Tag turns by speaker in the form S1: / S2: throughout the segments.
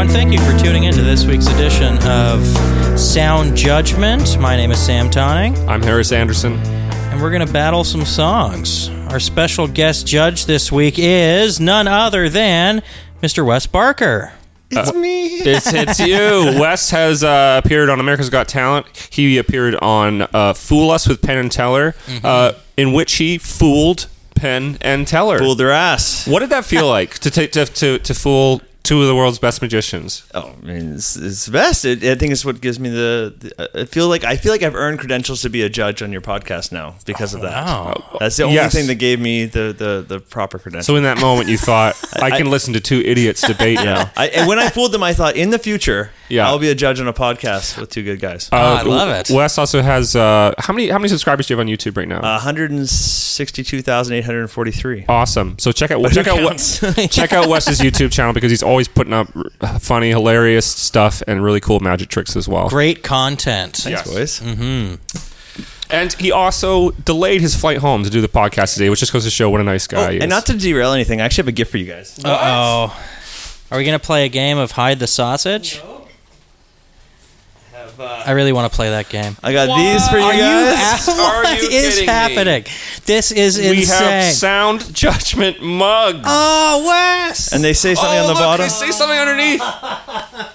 S1: and thank you for tuning in to this week's edition of Sound Judgment. My name is Sam Tonning,
S2: I'm Harris Anderson.
S1: and we're going to battle some songs. Our special guest judge this week is none other than Mr. Wes Barker.
S2: It's me. It's, it's you. Wes has uh, appeared on America's Got Talent. He appeared on uh, Fool Us with Penn and Teller,
S1: Mm-hmm.
S2: uh, in which he fooled Penn and Teller.
S3: Fooled their ass.
S2: What did that feel like to, ta- to to to fool two of the world's best magicians?
S3: Oh, I mean, it's, it's the best. It, I think it's what gives me the, the. I feel like I feel like I've earned credentials to be a judge on your podcast now because of that.
S1: wow.
S3: That's the only
S2: Oh, Yes.
S3: thing that gave me the the, the proper credentials.
S2: So in that moment, you thought, "I can listen to two idiots debate now."
S3: I, and when I fooled them, I thought in the future,
S2: Yeah.
S3: I'll be a judge on a podcast with two good guys.
S2: Uh,
S1: Oh, I love it.
S2: Wes also has uh, how many how many subscribers do you have on YouTube right now?
S3: Uh, One hundred and sixty-two thousand eight hundred forty-three.
S2: awesome. So check out check
S3: who
S2: out
S3: counts?
S2: Wes, check out Wes's YouTube channel because he's always putting up r- funny, hilarious stuff and really cool magic tricks as well.
S1: Great content.
S2: Yeah.
S3: Thanks, boys.
S2: And he also delayed his flight home to do the podcast today, which just goes to show what a nice guy he is.
S3: Oh, And not to derail anything, I actually have a gift for you guys.
S2: Uh,
S1: Uh-oh. Are we going to play a game of hide the sausage? I really want to play that game.
S3: I got these for you
S1: Are you,
S3: guys.
S2: Are
S1: what
S2: you
S1: is
S2: kidding me?
S1: happening? This is
S2: we
S1: insane.
S2: have sound judgment mugs.
S1: oh, Wes!
S3: and they say something
S2: Oh,
S3: on the bottom.
S2: say something underneath.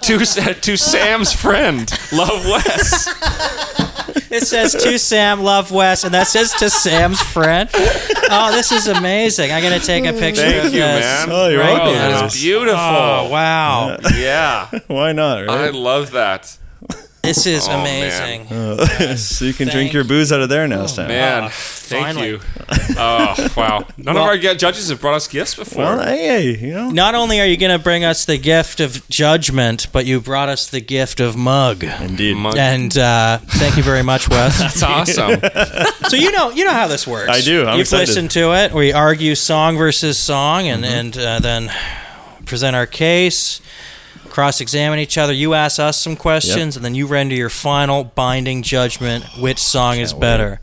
S2: to to Sam's friend, Love Wes.
S1: It says to Sam, love Wes, and that says to Sam's friend. Oh, this is amazing. I'm gonna take a picture of
S2: Thank you,
S1: this.
S2: man.
S3: Oh, you're
S1: Right
S2: Oh,
S1: now.
S2: that is beautiful.
S1: Oh wow,
S2: Yeah,
S3: Why not?
S2: I
S3: Right?
S2: love that.
S1: this is
S2: Oh, man.
S1: amazing.
S3: Uh, so you can
S1: Thank
S3: drink your booze out of there now, Sam.
S2: Man,
S1: Ah,
S2: thank
S1: finally.
S2: you. Oh, wow. None of our gu- judges have brought us gifts before.
S3: Well, hey, you know.
S1: Not only are you gonna bring us the gift of judgment, but you brought us the gift of mug.
S3: Indeed.
S2: Mug.
S1: And uh, thank you very much, Wes.
S2: That's awesome.
S1: so you know you know how this works.
S3: I do. I'm
S1: You've
S3: excited. Mm-hmm.
S1: listened to it. We argue song versus song, and and uh, then present our case. Cross examine each other. You ask us some questions, and then you render your final binding judgment which song is better.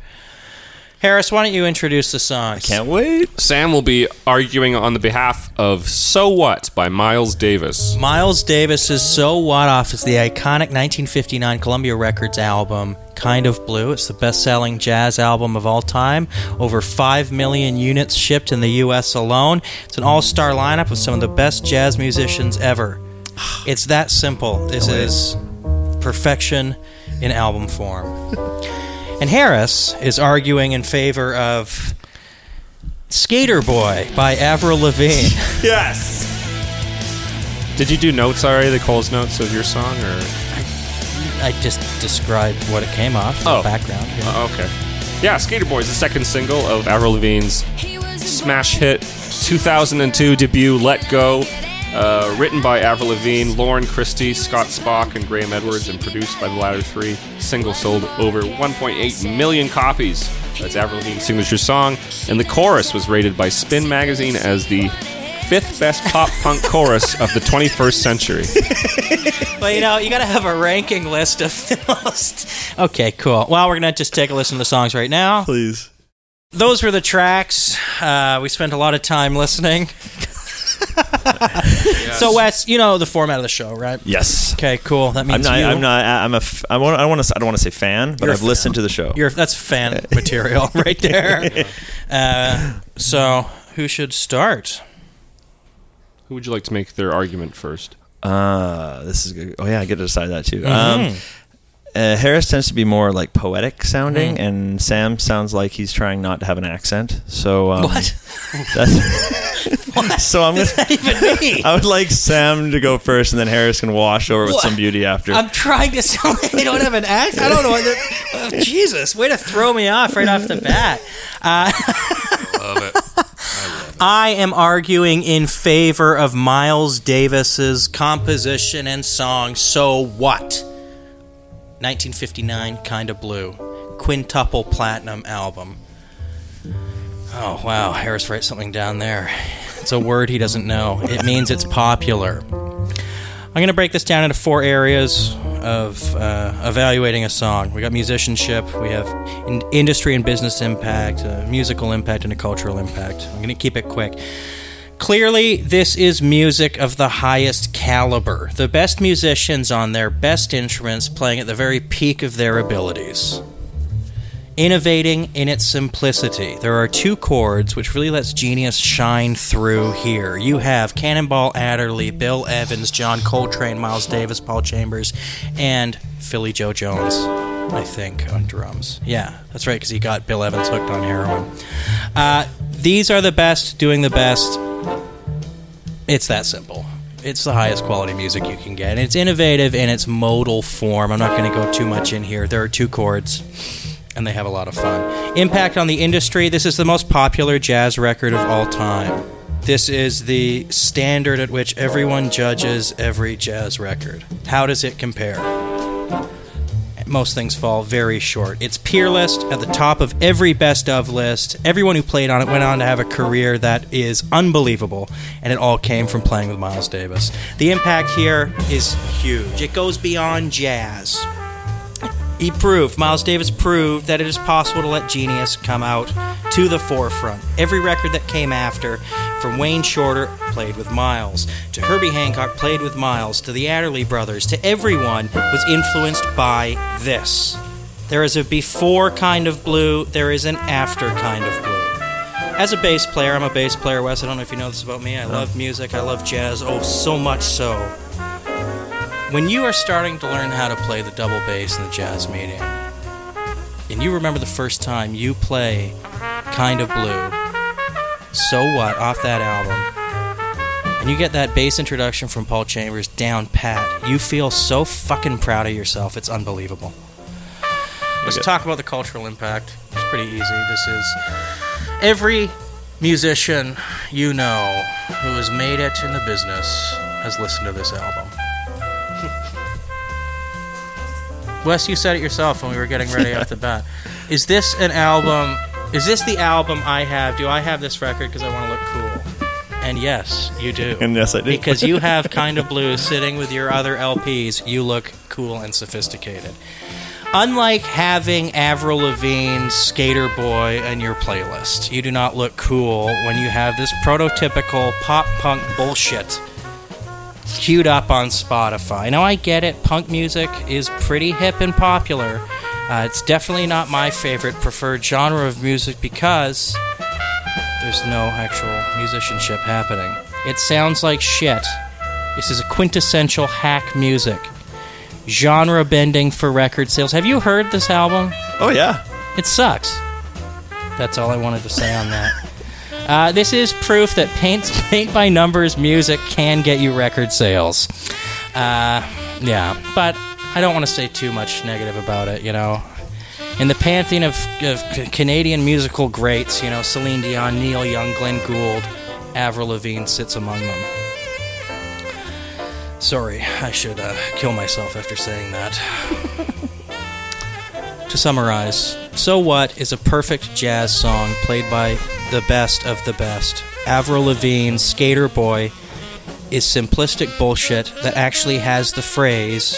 S1: Harris, why don't you introduce the songs?
S3: Can't wait.
S2: Sam will be arguing on the behalf of "So What" by Miles Davis.
S1: Miles Davis's So What Off is the iconic 1959 Columbia Records album, Kind of Blue. It's the best selling jazz album of all time, over 5 million units shipped in the US alone. It's an all star lineup of some of the best jazz musicians ever. It's that simple. This is perfection in album form. and Harris is arguing in favor of Skater Boy by Avril Lavigne.
S3: Yes.
S2: Did you do notes already? The Cole's notes of your song, or
S1: I just described what it came off in
S2: Oh.
S1: the background. yeah.
S2: Oh, okay. Yeah, Skater Boy is the second single of Avril Lavigne's smash hit 2002 debut "Let Go," uh, written by Avril Lavigne, Lauren Christie, Scott Spock, and Graham Edwards, and produced by the latter three. Single sold over 1.8 million copies. That's Avril Lavigne's signature song, and the chorus was rated by Spin Magazine as the fifth best pop punk chorus of the 21st century.
S1: But you know, you gotta have a ranking list of the most. Okay, cool. Well, we're gonna just take a listen to the songs right now.
S3: Please.
S1: Those were the tracks. Uh, we spent a lot of time listening. So Wes, you know the format of the show, right?
S3: Yes.
S1: Okay, cool. That
S3: I'm
S1: means
S3: not.
S1: you.
S3: I'm not. I'm a. F- I want. I want to. I don't want to say fan, but
S1: You're a
S3: I've listened to the show.
S1: You're, that's fan material right there. Uh, so who should start?
S2: Who would you like to make their argument first?
S3: Uh, this is good. Oh yeah, I get to decide that too. Um, uh, Harris tends to be more like poetic sounding, and Sam sounds like he's trying not to have an accent. So um,
S1: What?
S3: That's, So I'm gonna.
S1: Even me.
S3: I would like Sam to go first, and then Harris can wash over with
S1: What?
S3: some beauty after.
S1: I'm trying to sound like they don't have an act. I don't know. What they're- oh, Jesus, way to throw me off right off the bat. Uh, I am arguing in favor of Miles Davis's composition and song "So What," 1959, kind of blue, quintuple platinum album. Oh wow, Harris writes something down there. It's a word he doesn't know. It means it's popular. I'm going to break this down into four areas of uh, evaluating a song. We got musicianship, we have in- industry and business impact, uh, musical impact, and a cultural impact. I'm going to keep it quick. Clearly, this is music of the highest caliber. The best musicians on their best instruments playing at the very peak of their abilities. Innovating in its simplicity. There are two chords which really lets genius shine through here. You have Cannonball Adderley, Bill Evans, John Coltrane, Miles Davis, Paul Chambers, and Philly Joe Jones, I think, on drums. Yeah, that's right, because he got Bill Evans hooked on heroin. Uh, these are the best doing the best. It's that simple. It's the highest quality music you can get. And it's innovative in its modal form. I'm not going to go too much in here. There are two chords, and they have a lot of fun. Impact on the industry. This is the most popular jazz record of all time. This is the standard at which everyone judges every jazz record. How does it compare? most things fall very short. It's peerless at the top of every best of list. Everyone who played on it went on to have a career that is unbelievable, and it all came from playing with Miles Davis. The impact here is huge. It goes beyond jazz. He proved, Miles Davis proved that it is possible to let genius come out to the forefront. Every record that came after, from Wayne Shorter, played with Miles, to Herbie Hancock, played with Miles, to the Adderley Brothers, to everyone, was influenced by this. There is a before kind of blue, there is an after kind of blue. As a bass player, I'm a bass player, Wes. I don't know if you know this about me. I love music, I love jazz, oh, so much so. When you are starting to learn how to play the double bass in the jazz medium, and you remember the first time you play Kind of Blue, So What off that album, and you get that bass introduction from Paul Chambers down pat, you feel so fucking proud of yourself. It's unbelievable. Let's
S2: Okay.
S1: talk about the cultural impact. It's pretty easy. This is every musician you know who has made it in the business has listened to this album. Wes, you said it yourself when we were getting ready off the bat. Is this an album? Is this the album I have? Do I have this record because I want to look cool? And yes, you do.
S3: And yes, I do.
S1: Because you have Kind of Blue sitting with your other LPs, you look cool and sophisticated. Unlike having Avril Lavigne, Skater Boy, and your playlist, you do not look cool when you have this prototypical pop punk bullshit queued up on Spotify. Now, I get it, punk music is pretty hip and popular. Uh, it's definitely not my favorite preferred genre of music because there's no actual musicianship happening. It sounds like shit. This is a quintessential hack music. Genre bending for record sales. Have you heard this album?
S3: Oh yeah.
S1: It sucks. That's all I wanted to say on that. Uh, this is proof that paint paint by numbers music can get you record sales. Uh, yeah, but I don't want to say too much negative about it. You know, in the pantheon of, of C- Canadian musical greats, you know, Celine Dion, Neil Young, Glenn Gould, Avril Lavigne sits among them. Sorry, I should uh, kill myself after saying that. To summarize, So What is a perfect jazz song played by the best of the best. Avril Lavigne, Skater Boy, is simplistic bullshit that actually has the phrase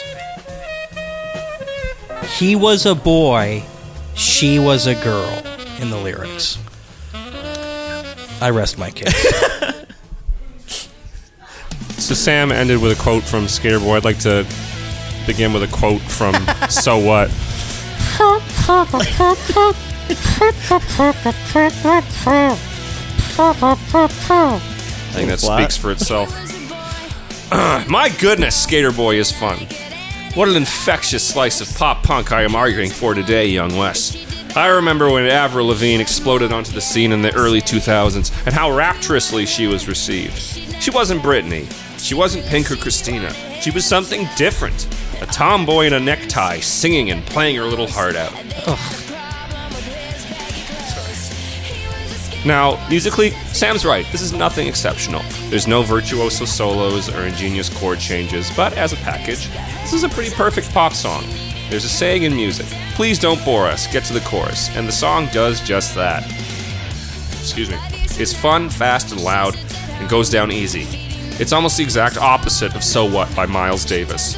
S1: He was a boy, she was a girl in the lyrics. I rest my case.
S2: So Sam ended with a quote from Skater Boy. I'd like to begin with a quote from So What. I think that
S3: Flat.
S2: speaks for itself. My goodness, Skater Boy is fun. What an infectious slice of pop punk I am arguing for today, young Wes. I remember when Avril Lavigne exploded onto the scene in the early 2000s and how rapturously she was received. She wasn't Britney. She wasn't Pink or Christina. She was something different. A tomboy in a necktie, singing and playing her little heart out. Now, musically, Sam's right. This is nothing exceptional. There's no virtuoso solos or ingenious chord changes, but as a package, this is a pretty perfect pop song. There's a saying in music please don't bore us, get to the chorus, and the song does just that. Excuse me. It's fun, fast, and loud, and goes down easy. It's almost the exact opposite of So What by Miles Davis.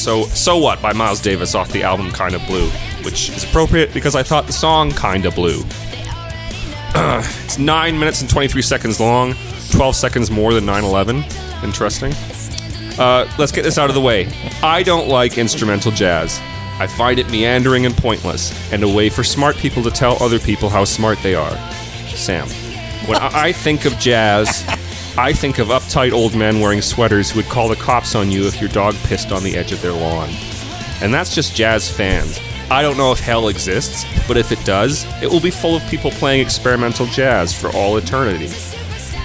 S2: So, So What by Miles Davis off the album Kinda Blue, which is appropriate because I thought the song Kinda Blue. it's 9 minutes and 23 seconds long, 12 seconds more than 9 11. Interesting. Uh, let's get this out of the way. I don't like instrumental jazz. I find it meandering and pointless, and a way for smart people to tell other people how smart they are. Sam, when I I think of jazz, I think of uptight old men wearing sweaters who would call the cops on you if your dog pissed on the edge of their lawn. And that's just jazz fans. I don't know if hell exists, but if it does, it will be full of people playing experimental jazz for all eternity.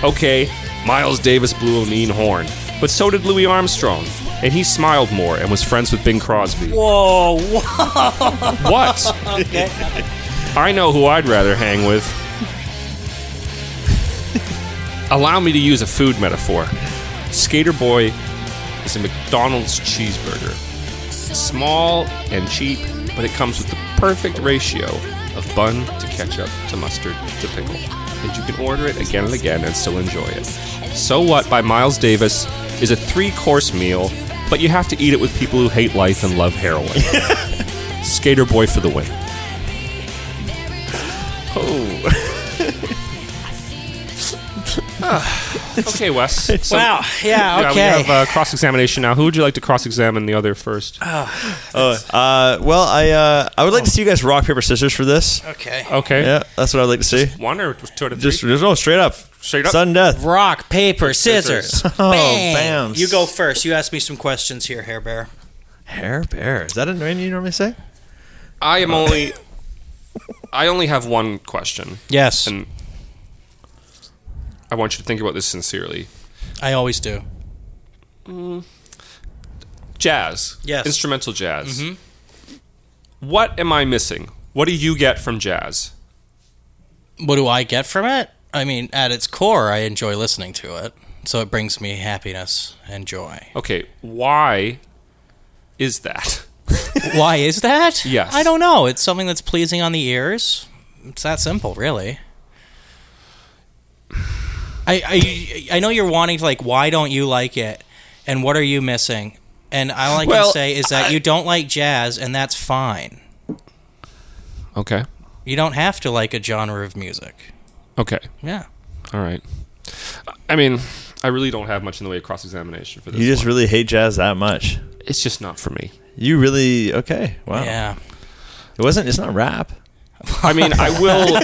S2: Okay, Miles Davis blew a mean horn, but so did Louis Armstrong, and he smiled more and was friends with Bing Crosby.
S1: Whoa, whoa.
S2: What? I know who I'd rather hang with. Allow me to use a food metaphor. Skater Boy is a McDonald's cheeseburger. Small and cheap, but it comes with the perfect ratio of bun to ketchup to mustard to pickle. And you can order it again and again and still enjoy it. So What by Miles Davis is a three course meal, but you have to eat it with people who hate life and love heroin. Skater Boy for the win. Oh. Ah. okay, Wes. So-
S1: wow. Yeah,
S2: Yeah, we
S1: okay.
S2: have uh, cross examination now. Who would you like to cross examine the other first?
S3: Oh, uh, well, I uh, I would like to see you guys rock paper scissors for this.
S1: okay.
S2: okay.
S3: Yeah, that's what I'd like to see.
S2: One or two out of three?
S3: Just there's no straight up,
S2: Straight up?
S3: sudden death.
S1: Rock, paper, scissors.
S3: Oh,
S1: bam.
S3: bams.
S1: You go first. You ask me some questions here, Hair Bear.
S3: Hair bear. Is that a name you normally say?
S2: I am only. I only have one question,
S1: Yes,
S2: and I want you to think about this sincerely.
S1: I always do.
S2: Jazz.
S1: Yes.
S2: Instrumental jazz. What am I missing? What do you get from jazz?
S1: What do I get from it? I mean, at its core, I enjoy listening to it. So it brings me happiness and joy.
S2: Okay, why is that?
S1: Why is that?
S2: Yes.
S1: I don't know. It's something that's pleasing on the ears. It's that simple, really. I I, I know you're wanting to like, why don't you like it? And what are you missing? And all I can
S2: Well,
S1: say is that
S2: I-
S1: you don't like jazz, and that's fine.
S2: Okay.
S1: You don't have to like a genre of music.
S2: Okay.
S1: Yeah.
S2: All right. I mean, I really don't have much in the way of cross examination for this.
S3: You just
S2: one.
S3: really hate jazz that much.
S2: it's just not for me.
S3: You really okay? Wow.
S1: Yeah.
S3: It wasn't. It's not rap.
S2: I mean, I will.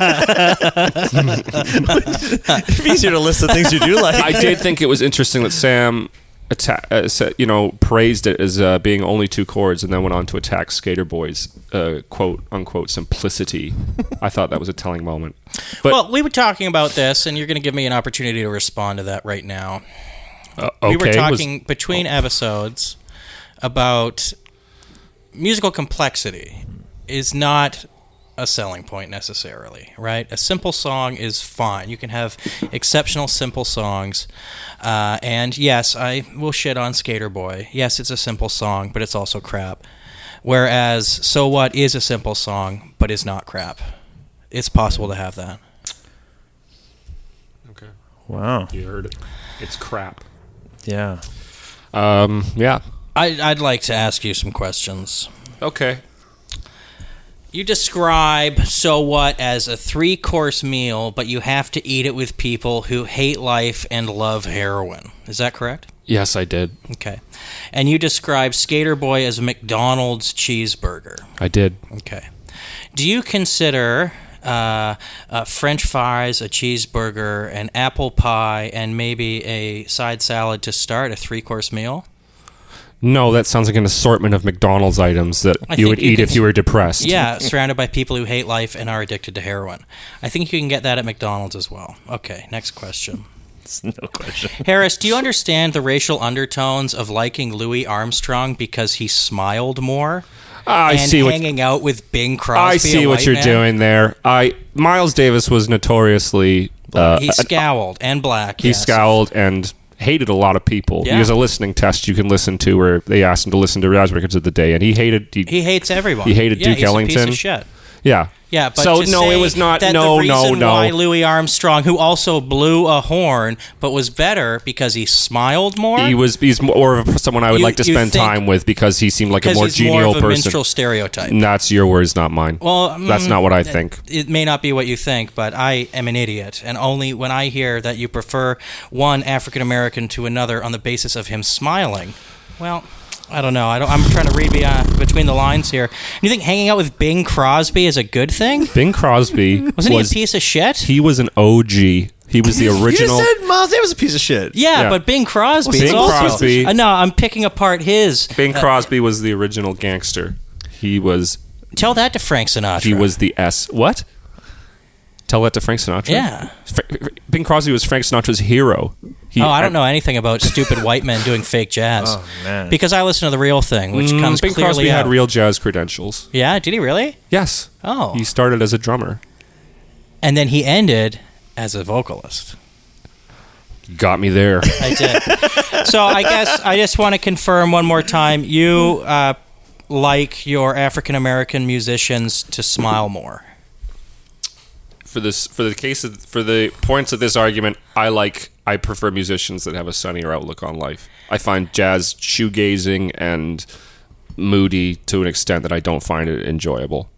S3: It's easier to list the things you do like.
S2: I did think it was interesting that Sam, atta- uh, sa- you know, praised it as uh, being only two chords, and then went on to attack Skater Boy's uh, quote unquote simplicity. I thought that was a telling moment. But
S1: well, we were talking about this, and you're going to give me an opportunity to respond to that right now.
S2: uh, okay,
S1: we were
S2: was- Oh.
S1: talking between episodes about musical complexity is not a selling point necessarily, right? A simple song is fine. You can have exceptional simple songs. Uh, and yes, I will shit on Skater Boy. Yes, it's a simple song, but it's also crap. Whereas So What is a simple song, but is not crap. It's possible to have that.
S2: okay,
S3: wow.
S2: you heard it. It's crap.
S3: Yeah.
S2: Um, yeah.
S1: I, I'd like to ask you some questions.
S2: Okay.
S1: You describe so what as a three course meal, but you have to eat it with people who hate life and love heroin. Is that correct?
S2: Yes, I did.
S1: Okay. And you describe Skater Boy as a McDonald's cheeseburger.
S2: I did.
S1: Okay. Do you consider uh, uh, French fries, a cheeseburger, an apple pie, and maybe a side salad to start a three course meal?
S2: No, that sounds like an assortment of McDonald's items that
S1: I
S2: you
S1: think
S2: would
S1: you
S2: eat
S1: could-
S2: if you were depressed.
S1: Yeah, surrounded by people who hate life and are addicted to heroin. I think you can get that at McDonald's as well. Okay, next question.
S3: It's no question.
S1: Harris, do you understand the racial undertones of liking Louis Armstrong because he smiled more
S2: I
S1: and
S2: see what
S1: hanging out with Bing Crosby?
S2: I
S1: a
S2: see what
S1: white
S2: you're
S1: man?
S2: doing there. I Miles Davis was notoriously uh,
S1: He scowled and black.
S2: he
S1: yes.
S2: scowled and hated a lot of people.
S1: Yeah.
S2: There's a listening test you can listen to where they asked him to listen to jazz records of the day, and he hated. He,
S1: He hates everyone.
S2: He hated
S1: yeah,
S2: Duke
S1: he's a piece
S2: Ellington.
S1: of shit.
S2: Yeah.
S1: Yeah, but
S2: so
S1: to
S2: no,
S1: say
S2: it was not.
S1: That
S2: No,
S1: the reason
S2: no, no.
S1: Why Louis Armstrong, who also blew a horn, but was better because he smiled more.
S2: he was he's more of someone I would
S1: You-
S2: like to
S1: you
S2: spend
S1: think-
S2: time with because he seemed like a
S1: because
S2: more
S1: he's
S2: genial
S1: more of a
S2: person.
S1: minstrel stereotype.
S2: And that's your words, not mine.
S1: Well,
S2: that's
S1: mm,
S2: not what I think.
S1: It may not be what you think, but I am an idiot, and only when I hear that you prefer one African American to another on the basis of him smiling. Well, I don't know. I don't, I'm trying to read beyond, between the lines here. And you think hanging out with Bing Crosby is a good thing?
S2: Bing Crosby
S1: Wasn't
S2: was
S1: he a piece of shit?
S2: he was an OG. He was the original.
S3: You said Miles Davis was a piece of shit.
S1: yeah,
S2: yeah.
S1: but Bing Crosby.
S2: Bing
S1: is also,
S2: Crosby-
S1: Uh, no, I'm picking apart his.
S2: Bing Crosby was the original gangster. He was
S1: Tell that to Frank Sinatra.
S2: he was the S. What? Tell that to Frank Sinatra.
S1: Yeah.
S2: Fra- Bing Crosby was Frank Sinatra's hero. He,
S1: Oh, I don't know anything about stupid white men doing fake jazz.
S3: Oh, man.
S1: Because I listen to the real thing, which
S2: Mm,
S1: comes
S2: Bing
S1: clearly
S2: Crosby
S1: out.
S2: had real jazz credentials.
S1: yeah, did he really?
S2: Yes.
S1: Oh.
S2: He started as a drummer.
S1: and then he ended as a vocalist.
S2: Got me there.
S1: I did. so I guess I just want to confirm one more time: you uh, like your African American musicians to smile more.
S2: for this for the case of, for the points of this argument, I like I prefer musicians that have a sunnier outlook on life. I find jazz shoegazing and moody to an extent that I don't find it enjoyable.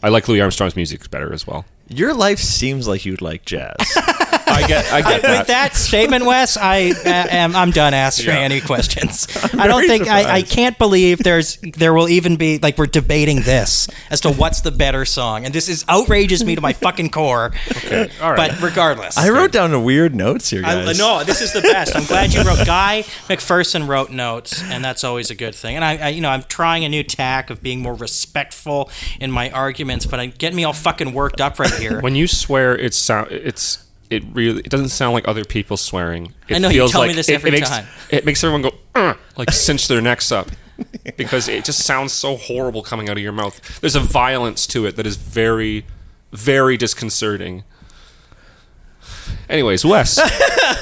S2: I like Louis Armstrong's music better as well.
S3: Your life seems like you'd like jazz.
S2: I get I get
S1: With that statement, Wes, I uh, am I'm done asking
S2: Yeah.
S1: any questions. I don't think I, I
S3: surprised.
S1: can't believe there's there will even be like we're debating this as to what's the better song, and this is outrages me to my fucking core.
S2: Okay, all right.
S1: But regardless,
S3: I wrote down a weird notes here,
S1: I,
S3: guys.
S1: no, this is the best. I'm glad you wrote. Guy McPherson wrote notes, and that's always a good thing. And I, I, you know, I'm trying a new tack of being more respectful in my arguments, but I get me all fucking worked up right here.
S2: when you swear, it's sound it's it really it doesn't sound like other people swearing. It
S1: I know, you
S2: feels
S1: tell me
S2: like
S1: this
S2: it,
S1: every
S2: it makes,
S1: time.
S2: It makes everyone go "Uh," like cinch their necks up because it just sounds so horrible coming out of your mouth. There's a violence to it that is very, very disconcerting. Anyways, Wes,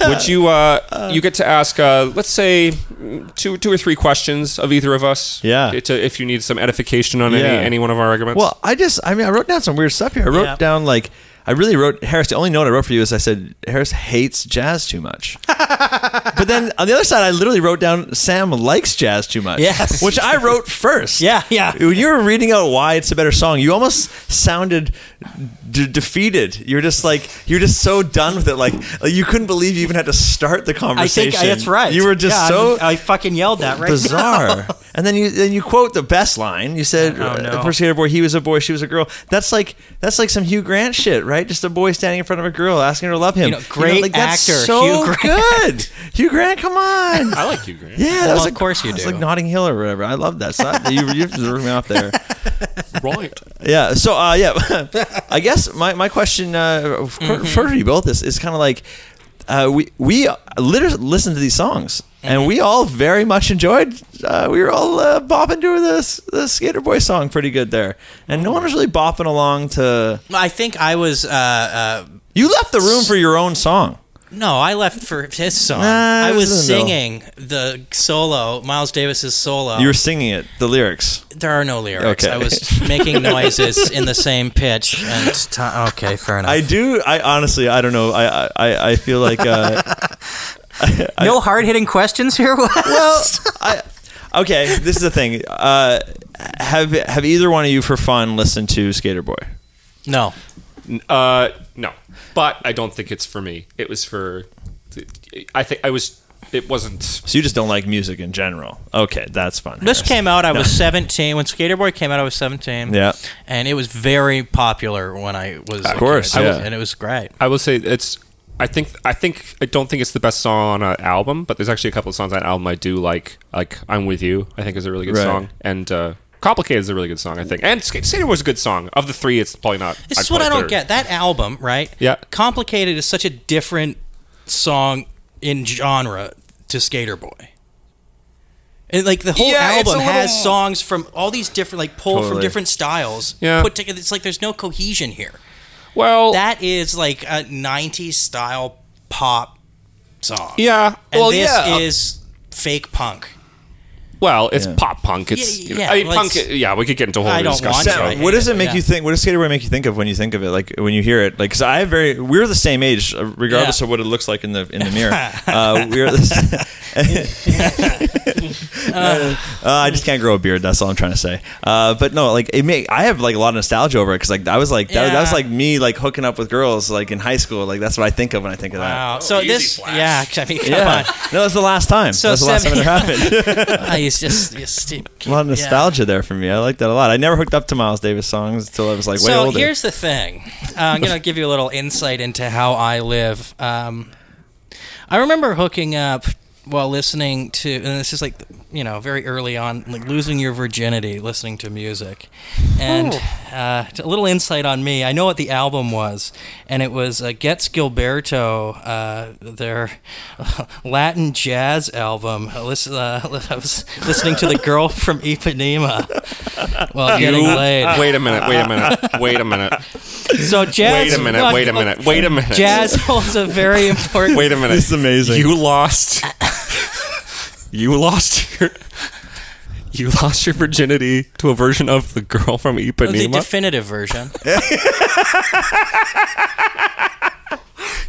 S2: would you uh, you get to ask uh, let's say mm, two two or three questions of either of us?
S3: Yeah.
S2: To, if you need some edification on
S3: Yeah.
S2: any any one of our arguments.
S3: Well, I just, I mean, I wrote down some weird stuff here. I wrote
S1: Yeah.
S3: down like, I really wrote Harris. The only note I wrote for you is I said Harris hates jazz too much. but then on the other side, I literally wrote down Sam likes jazz too much.
S1: Yes.
S3: which I wrote first.
S1: Yeah, yeah.
S3: When you were reading out why it's a better song, you almost sounded d- defeated. You're just like you're just so done with it. Like you couldn't believe you even had to start the
S1: I think
S3: conversation.
S1: I- that's right.
S3: You were just
S1: Yeah,
S3: so
S1: I, I fucking yelled that right.
S3: bizarre. and then you then you quote the best line. You said,
S1: Oh,
S3: uh,
S1: no.
S3: "The person had a boy. He was a boy. She was a girl." That's like that's like some Hugh Grant shit, right? Just a boy standing in front of a girl asking her to love him.
S1: You know, great
S3: like, that's
S1: actor,
S3: so
S1: Hugh
S3: good. Hugh Grant, come on.
S2: I like you, Grant.
S3: Yeah, that
S1: Well,
S3: was
S1: of
S3: like,
S1: course you
S3: It's
S1: do.
S3: like Notting Hill or whatever. I love that. So, you you threw me off there.
S2: Right.
S3: Yeah. So, uh, yeah, I guess my, my question uh, for, for you both is, is kind of like uh, we we literally listened to these songs and we all very much enjoyed. Uh, we were all uh, bopping to this the Skater Boy song pretty good there, and no one was really bopping along to.
S1: I think I was. Uh, uh,
S3: You left the room for your own song.
S1: no, I left for his song.
S3: Nah,
S1: I
S3: it
S1: was
S3: was in the middle.
S1: singing the solo, Miles Davis's solo.
S3: You were singing it, the lyrics.
S1: There are no lyrics.
S3: Okay.
S1: I was making noises in the same pitch. And t- okay, fair enough.
S3: I do. I honestly, I don't know. I I- I, I feel like. Uh,
S1: no hard hitting questions here.
S3: well, I, okay. This is the thing. Uh, have have either one of you for fun listened to Skater Boy?
S1: no.
S2: Uh, no, but I don't think it's for me. It was for. I think I was. It wasn't.
S3: So you just don't like music in general. Okay, that's fun.
S1: This
S3: Harris.
S1: came out. I was 17 when Skater Boy came out. I was 17.
S3: Yeah.
S1: and it was very popular when I was. Of
S3: course, yeah.
S1: and it was great.
S2: I will say it's. I think I think I don't think it's the best song on an album, but there's actually a couple of songs on that album I do like. Like I'm with you, I think is a really good
S3: Right.
S2: song, and uh, complicated is a really good song, I think. And Sk- Skater was a good song. Of the three, it's probably not.
S1: This
S2: I'd
S1: is what
S2: put
S1: I
S2: it
S1: don't
S2: third.
S1: get. That album, right?
S2: Yeah.
S1: Complicated is such a different song in genre to Skater Boy. And like the whole
S2: Yeah, it's
S1: album
S2: a
S1: has
S2: little-
S1: songs from all these different, like pulled from
S3: Totally.
S1: different styles.
S2: Yeah.
S1: Put together, it's like there's no cohesion here.
S2: Well,
S1: That is like a '90s style pop song.
S2: yeah.
S1: And
S2: well,
S1: this
S2: yeah.
S1: is fake punk.
S2: Well, it's
S3: Yeah.
S2: pop punk. It's
S1: Yeah,
S2: you know,
S1: yeah,
S2: I mean,
S1: like
S2: punk.
S1: s-
S2: Yeah, we could get into a whole
S1: I
S2: other
S1: don't
S2: discussion.
S1: want to.
S2: about
S1: I
S2: it.
S1: hate
S3: what does
S1: it,
S3: it make
S1: yeah.
S3: you think? What does Skater Boy make you think of when you think of it? Like when you hear it? Like because I have very we're the same age, uh, regardless
S1: Yeah.
S3: of what it looks like in the in the mirror. uh, we're the, uh, I just can't grow a beard. That's all I'm trying to say. Uh, but no, like it may. I have like a lot of nostalgia over it because like I was like that, that was
S1: Yeah.
S3: like me like hooking up with girls like in high school. Like that's what I think of when I think of
S1: Wow.
S3: that.
S1: so
S2: Oh, easy
S1: this,
S2: flash.
S1: yeah. I mean, come
S3: Yeah.
S1: on.
S3: No, that's the last time.
S1: So
S3: that's the last time it
S1: seven-
S3: happened.
S1: I it's just, just
S3: a lot of nostalgia there for me. I like that a lot. I never hooked up to Miles Davis songs until I was like way
S1: So
S3: older.
S1: here's the thing. Uh, I'm going to give you a little insight into how I live. Um, I remember hooking up while listening to, and this is like, you know, very early on, like losing your virginity listening to music. And uh, a little insight on me. I know what the album was, and it was uh, Gets Gilberto, uh, their Latin jazz album. I, listen, uh, I was listening to The Girl from Ipanema while getting laid.
S2: Wait a minute. Wait a minute. Wait a minute.
S1: So jazz.
S2: Wait a minute.
S1: look,
S2: Wait a minute. Wait a minute.
S1: Jazz holds a very important.
S2: Wait a minute.
S3: This is amazing.
S2: You lost. you lost your. You lost your virginity to a version of the girl
S1: Oh,
S2: from
S1: the
S2: Ipanema.
S1: definitive version.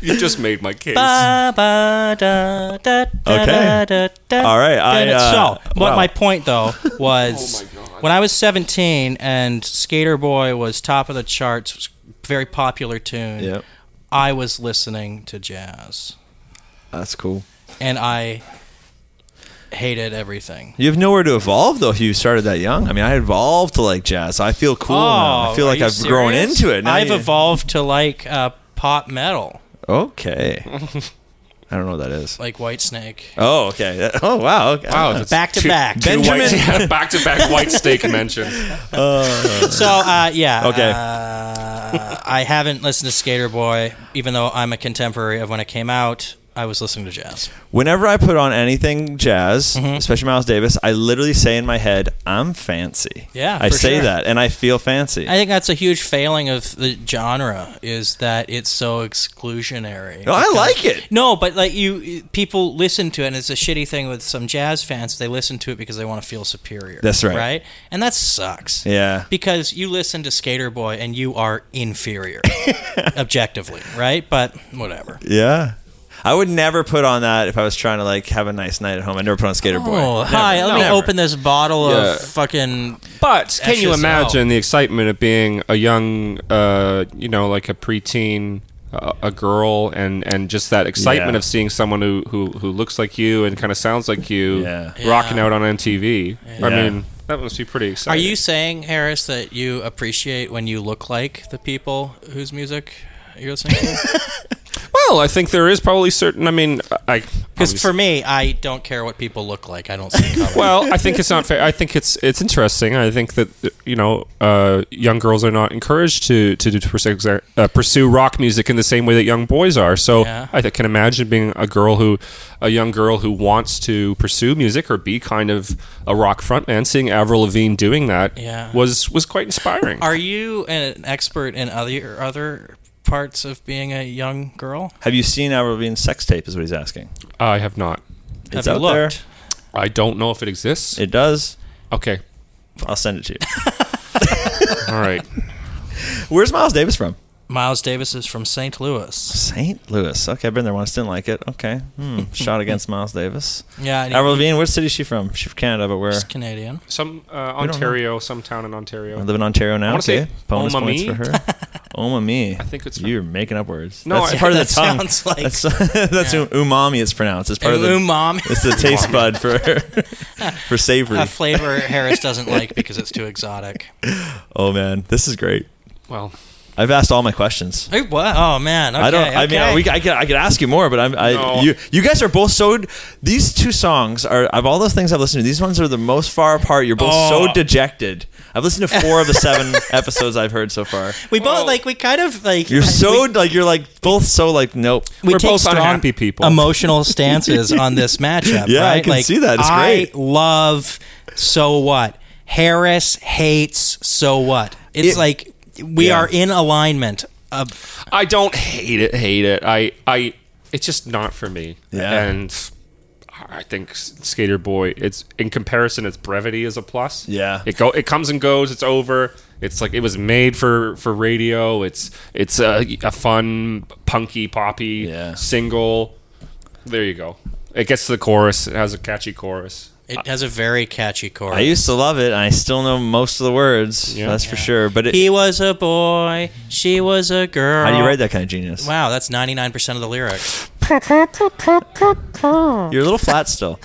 S2: you just made my case.
S1: Ba, ba, da, da, da,
S3: Okay.
S1: da, da,
S3: All right, I,
S1: da, da.
S3: uh,
S1: so, what
S3: wow. Oh
S1: my point though was, when I was 17 and Skater Boy was top of the charts, was a very popular tune.
S3: Yep.
S1: I was listening to jazz,
S3: That's cool.
S1: and I hated everything.
S3: You have nowhere to evolve though if you started that young. I mean, I evolved to like jazz. I feel cool. now. I feel
S1: Oh, are
S3: like
S1: you
S3: I've grown
S1: serious?
S3: into it. Now
S1: I've
S3: you-
S1: evolved to like uh, pop metal,
S3: Okay. I don't know what that is.
S1: like Whitesnake.
S3: Oh, okay. That- Oh, wow. Okay.
S2: Wow, that's
S1: Back to
S2: two-
S1: back.
S2: two
S3: Benjamin-
S2: white- yeah, back to back white steak mention.
S1: So uh, yeah.
S3: Okay.
S1: Uh, I haven't listened to Skater Boy, even though I'm a contemporary of when it came out. I was listening to jazz.
S3: Whenever I put on anything jazz,
S1: Mm-hmm.
S3: especially Miles Davis, I literally say in my head, "I'm fancy."
S1: Yeah,
S3: I
S1: for
S3: say
S1: sure.
S3: that, and I feel fancy.
S1: I think that's a huge failing of the genre is that it's so exclusionary.
S3: no, Oh, I like it.
S1: No, but like you, people listen to it, and it's a shitty thing with some jazz fans. They listen to it because they want to feel superior.
S3: That's right.
S1: Right, and that sucks.
S3: Yeah.
S1: because you listen to Skater Boy and you are inferior, objectively, right? But whatever.
S3: Yeah. I would never put on that if I was trying to like have a nice night at home. I never put on Skater Boy.
S1: Oh,
S3: Never.
S1: hi. Let me
S3: Never.
S1: open this bottle
S2: Yeah.
S1: of fucking.
S2: But can you
S1: Ashes
S2: imagine the excitement of being a young, uh, you know, like a preteen, uh, a girl, and and just that excitement
S3: Yeah.
S2: of seeing someone who, who who looks like you and kind of sounds like you,
S3: Yeah.
S2: rocking out on MTV? I
S3: Yeah.
S2: mean, that must be pretty
S1: Are
S2: exciting.
S1: you saying, Harris, that you appreciate when you look like the people whose music you're listening to?
S2: Well, I think there is probably certain. I mean, I
S1: Because for me, I don't care what people look like. I don't see color.
S2: well, I think it's not fair. I think it's it's interesting. I think that you know, uh, young girls are not encouraged to to, do- to pursue, uh, pursue rock music in the same way that young boys are. So
S1: Yeah.
S2: I th- can imagine being a girl who, a young girl who wants to pursue music or be kind of a rock frontman. Seeing Avril Lavigne doing that
S1: Yeah.
S2: was was quite inspiring.
S1: Are you an expert in other other parts of being a young girl?
S3: Have you seen Avril Lavigne's sex tape? Is what he's asking.
S2: I have not.
S3: It's
S1: Have
S3: out
S1: you looked?
S2: I don't know if it exists.
S3: there. It does.
S2: okay,
S3: I'll send it to you.
S2: all right.
S3: Where's Miles Davis from?
S1: Miles Davis is from St. Louis.
S3: St. Louis. Okay, I've been there once. Didn't like it. Okay. Hmm. Shot against Miles Davis.
S1: Yeah, and he-
S3: Avril Lavigne. What city is she from? She's from Canada, but where?
S1: He's Canadian.
S2: Some uh,
S3: We don't know.
S2: Ontario, some town in
S3: I
S2: Ontario.
S3: live in Ontario now.
S2: wanna say
S3: okay. Bonus
S2: Oma
S3: points
S2: me.
S3: for her. Oma me. I
S2: think it's from-
S3: You're making up words.
S2: No,
S3: that's
S2: I-
S3: part
S1: Yeah,
S3: of the
S1: that
S3: tongue.
S1: sounds like-
S3: that's that's
S1: Yeah.
S3: umami. It's pronounced. It's part of the.
S1: Umami.
S3: It's the taste bud for for savory.
S1: A flavor Harris doesn't like because it's too exotic.
S3: Oh man, this is great.
S2: Well,
S3: I've asked all my questions.
S1: Hey, what? Oh man. Okay,
S3: I don't. I
S1: okay.
S3: mean, we, I could. I could ask you more, but I'm. I,
S2: No.
S3: You. You guys are both so. These two songs are of all those things I've listened to. These ones are the most far apart. You're both so
S2: Oh.
S3: dejected. I've listened to four of the seven episodes I've heard so far.
S1: We both
S2: Well-
S1: like we kind of like
S3: You're so
S1: we,
S3: like. You're like both so like. Nope.
S1: we
S2: We're
S1: take
S2: both
S1: strong
S2: unhappy people.
S1: emotional stances on this matchup.
S3: Yeah, I
S1: right?
S3: can
S1: like,
S3: see that. It's
S1: I
S3: great.
S1: love so what Harris hates so what. It's
S3: It-
S1: like we
S3: Yeah.
S1: are in alignment. Uh,
S2: I don't hate it, hate it. I, I, it's just not for me.
S3: Yeah.
S2: And I think S- Skater Boy. It's in comparison, its brevity is a plus.
S3: Yeah.
S2: it go it comes and goes. It's over. It's like it was made for for radio. It's it's a, a fun punky poppy
S3: Yeah.
S2: single. There you go. It gets to the chorus. It has a catchy chorus.
S1: It has a very catchy chorus.
S3: I used to love it, and I still know most of the words.
S2: Yeah.
S3: That's for sure. But it,
S1: he was a boy, she was a girl.
S3: how do you write that kind of genius?
S1: Wow, that's 99% of the lyrics.
S3: You're a little flat still.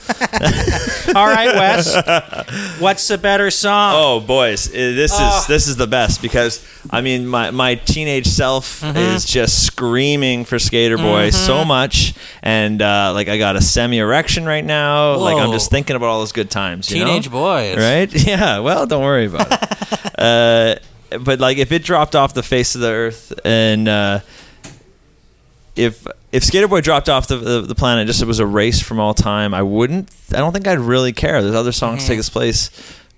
S1: All right, Wes. What's the better song?
S3: Oh, boys, i- this
S1: Ah.
S3: is this is the best because I mean, my my teenage self
S1: Mm-hmm.
S3: is just screaming for Skater Boy so much, and uh, like I got a semi erection right now. Like I'm
S1: Whoa.
S3: just thinking about all those good times. you know?
S1: Teenage boys.
S3: right? Yeah. Well, don't worry about it. uh, but like, if it dropped off the face of the earth, and uh, if if Skater Boy dropped off the, the, the planet, just it was erased from all time, I wouldn't. I don't think I'd really care. There's other songs to take its place.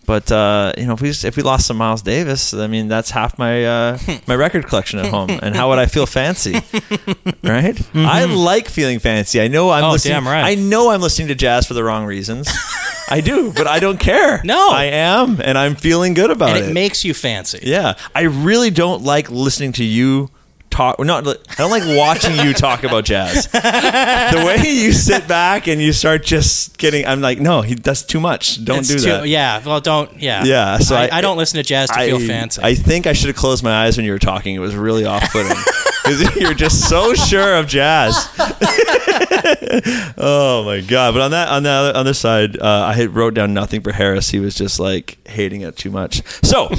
S3: But uh, you know, if we just, if we lost some Miles Davis, I mean, that's half my uh, my record collection at home. And how would I feel fancy, right? I like feeling fancy. I know I'm
S1: Mm-hmm. Oh,
S3: listening.
S1: damn right.
S3: I know I'm listening to jazz for the wrong reasons. I do, but I don't care.
S1: No.
S3: I am, and I'm feeling good about
S1: And it makes you fancy.
S3: yeah, I really don't like listening to you talk. Not li- I don't like watching you talk about jazz. the way you sit back and you start just getting, I'm like, no, he, that's too much. Don't
S1: It's
S3: do
S1: too-
S3: that.
S1: Yeah. Well, don't. Yeah.
S3: Yeah, so
S1: I,
S3: I-
S1: I don't listen to jazz to
S3: I,
S1: feel fancy.
S3: I think I should have closed my eyes when you were talking. It was really off putting. Because you're just so sure of jazz. oh my god! But on that on the other, on this side, uh, I had wrote down nothing for Harris. He was just like hating it too much. So,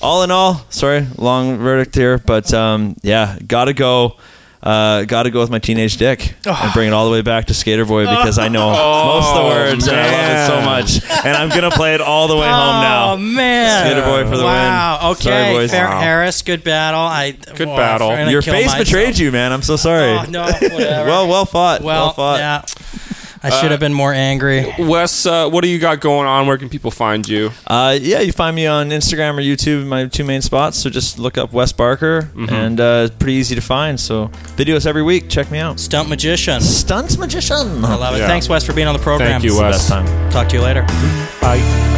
S3: all in all, sorry, long verdict here, but um, yeah, gotta go. Uh, gotta go with my teenage dick
S1: Oh.
S3: and bring it all the way back to Skater Boy because I know most of the words and I love it so much. And I'm gonna play it all the way home now.
S1: Oh man!
S3: Skater boy for the
S1: wow.
S3: win.
S1: Okay,
S3: Sorry, boys.
S1: Fair
S3: Wow.
S1: Harris, good battle. I
S2: Good
S1: Whoa,
S2: battle.
S1: I'm gonna
S3: Your
S1: kill
S3: face
S1: myself.
S3: betrayed you, man. I'm so sorry.
S1: Oh, no, whatever.
S3: well, well fought. Well,
S1: well,
S3: fought.
S1: yeah. I should have been more angry.
S2: Wes, uh, what do you got going on? Where can people find you?
S3: Uh, yeah, you find me on Instagram or YouTube, my two main spots. So just look up Wes Barker, and uh, it's pretty easy to find. So videos every week. Check me out.
S1: Stunt magician.
S3: Stunts Magician.
S1: I love it.
S2: Yeah.
S1: Thanks, Wes, for being on the program.
S2: Thank you, Wes.
S3: Best time.
S1: Talk to you later.
S2: Bye.